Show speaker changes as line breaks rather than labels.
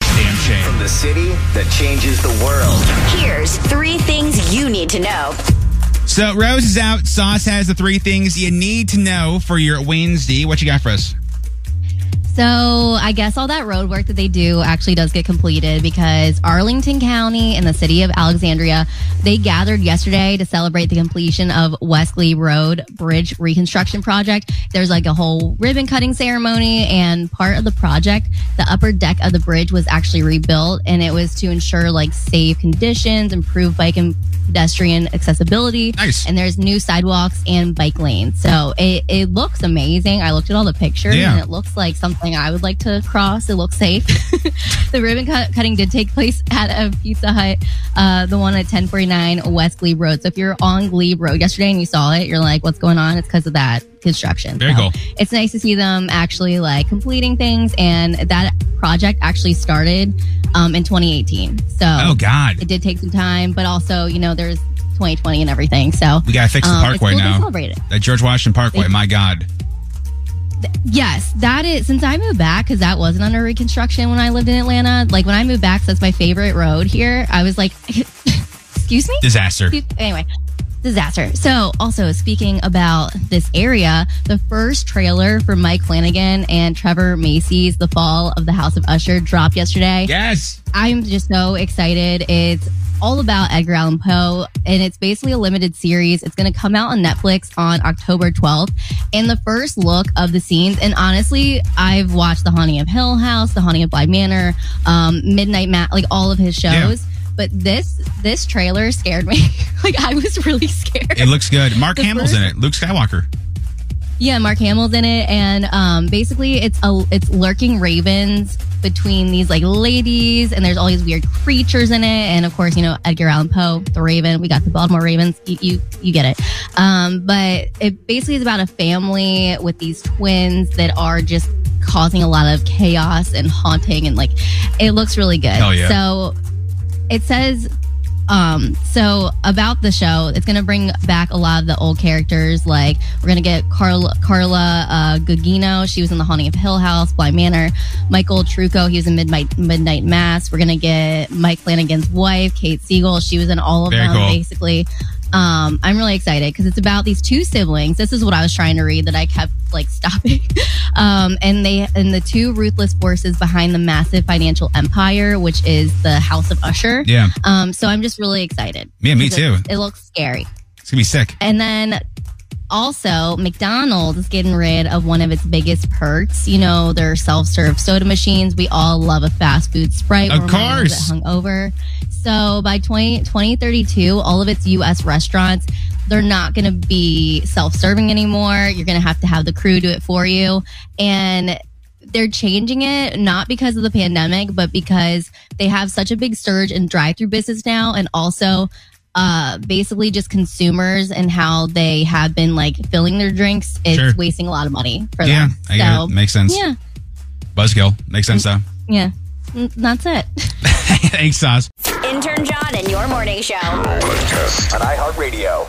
Damn shame.
From the city that changes the world.
Here's three things you need to know.
So Rose is out. Sauce has the three things you need to know for your Wednesday. What you got for us?
So I guess all that road work that they do actually does get completed because Arlington County and the city of Alexandria, they gathered yesterday to celebrate the completion of Wesley Road Bridge Reconstruction Project. There's like a whole ribbon cutting ceremony and part of the project, the upper deck of the bridge was actually rebuilt and it was to ensure like safe conditions, improve bike and pedestrian accessibility.
Nice.
And there's new sidewalks and bike lanes. So it, it looks amazing. I looked at all the pictures
Yeah.
and it looks like something I would like to cross. It looks safe. the ribbon cut- cutting did take place at a Pizza Hut, uh, the one at 1049 West Glebe Road. So if you're on Glebe Road yesterday and you saw it, you're like, what's going on? It's because of that construction.
Very
So
cool.
It's nice to see them actually like completing things. And that project actually started um, in 2018. So
Oh God,
it did take some time, but also, you know, there's 2020 and everything. So
we gotta fix the
um, it's
Parkway
cool to
now.
celebrate it.
That George Washington Parkway. My God.
Yes, that is. Since I moved back, because that wasn't under reconstruction when I lived in Atlanta. Like when I moved back, 'cause that's my favorite road here. I was like, excuse me.
Disaster.
Excuse- Anyway, disaster. So, also speaking about this area, the first trailer for Mike Flanagan and Trevor Macy's "The Fall of the House of Usher" dropped yesterday.
Yes.
I'm just so excited. It's all about Edgar Allan Poe, and it's basically a limited series. It's going to come out on Netflix on October 12th. And the first look of the scenes, and honestly, I've watched The Haunting of Hill House, The Haunting of Bly Manor, um, Midnight Mass, like all of his shows.
Yeah.
But this this trailer scared me. like I was really scared.
It looks good. Mark
The
Hamill's in it. Luke Skywalker.
Yeah, Mark Hamill's in it, and um, basically it's a it's lurking ravens between these like ladies, and there's all these weird creatures in it, and of course you know Edgar Allan Poe, the Raven. We got the Baltimore Ravens. You you, you get it. Um, but it basically is about a family with these twins that are just causing a lot of chaos and haunting, and like it looks really good.
Hell yeah.
So it says um, so about the show, it's going to bring back a lot of the old characters. Like we're going to get Carla, Carla uh, Gugino. She was in The Haunting of Hill House, Blind Manor. Michael Trucco. He was in Midnight Midnight Mass. We're going to get Mike Flanagan's wife, Kate Siegel. She was in all of
Very
them,
cool.
basically. Um, I'm really excited because it's about these two siblings. This is what I was trying to read that I kept like stopping. Um, and they and the two ruthless forces behind the massive financial empire, which is the House of Usher.
Yeah.
Um, so I'm just really excited.
Yeah, me
'Cause it-
too.
It looks scary.
It's gonna be sick.
And then also, McDonald's is getting rid of one of its biggest perks. You know, their self serve soda machines. We all love a fast food Sprite.
Of
when we're a
course.
little bit Hungover. So by 20, 2032, all of its U.S. restaurants, they're not going to be self serving anymore. You're going to have to have the crew do it for you. And they're changing it not because of the pandemic, but because they have such a big surge in drive through business now. And also, uh, basically just consumers and how they have been like filling their drinks. It's
Sure.
wasting a lot of money for
Yeah,
them.
I get it. Makes sense.
Yeah.
Buzzkill. Makes sense though.
Yeah. Mm, That's it.
Thanks, Sauce.
Intern John and your morning show.
On iHeartRadio.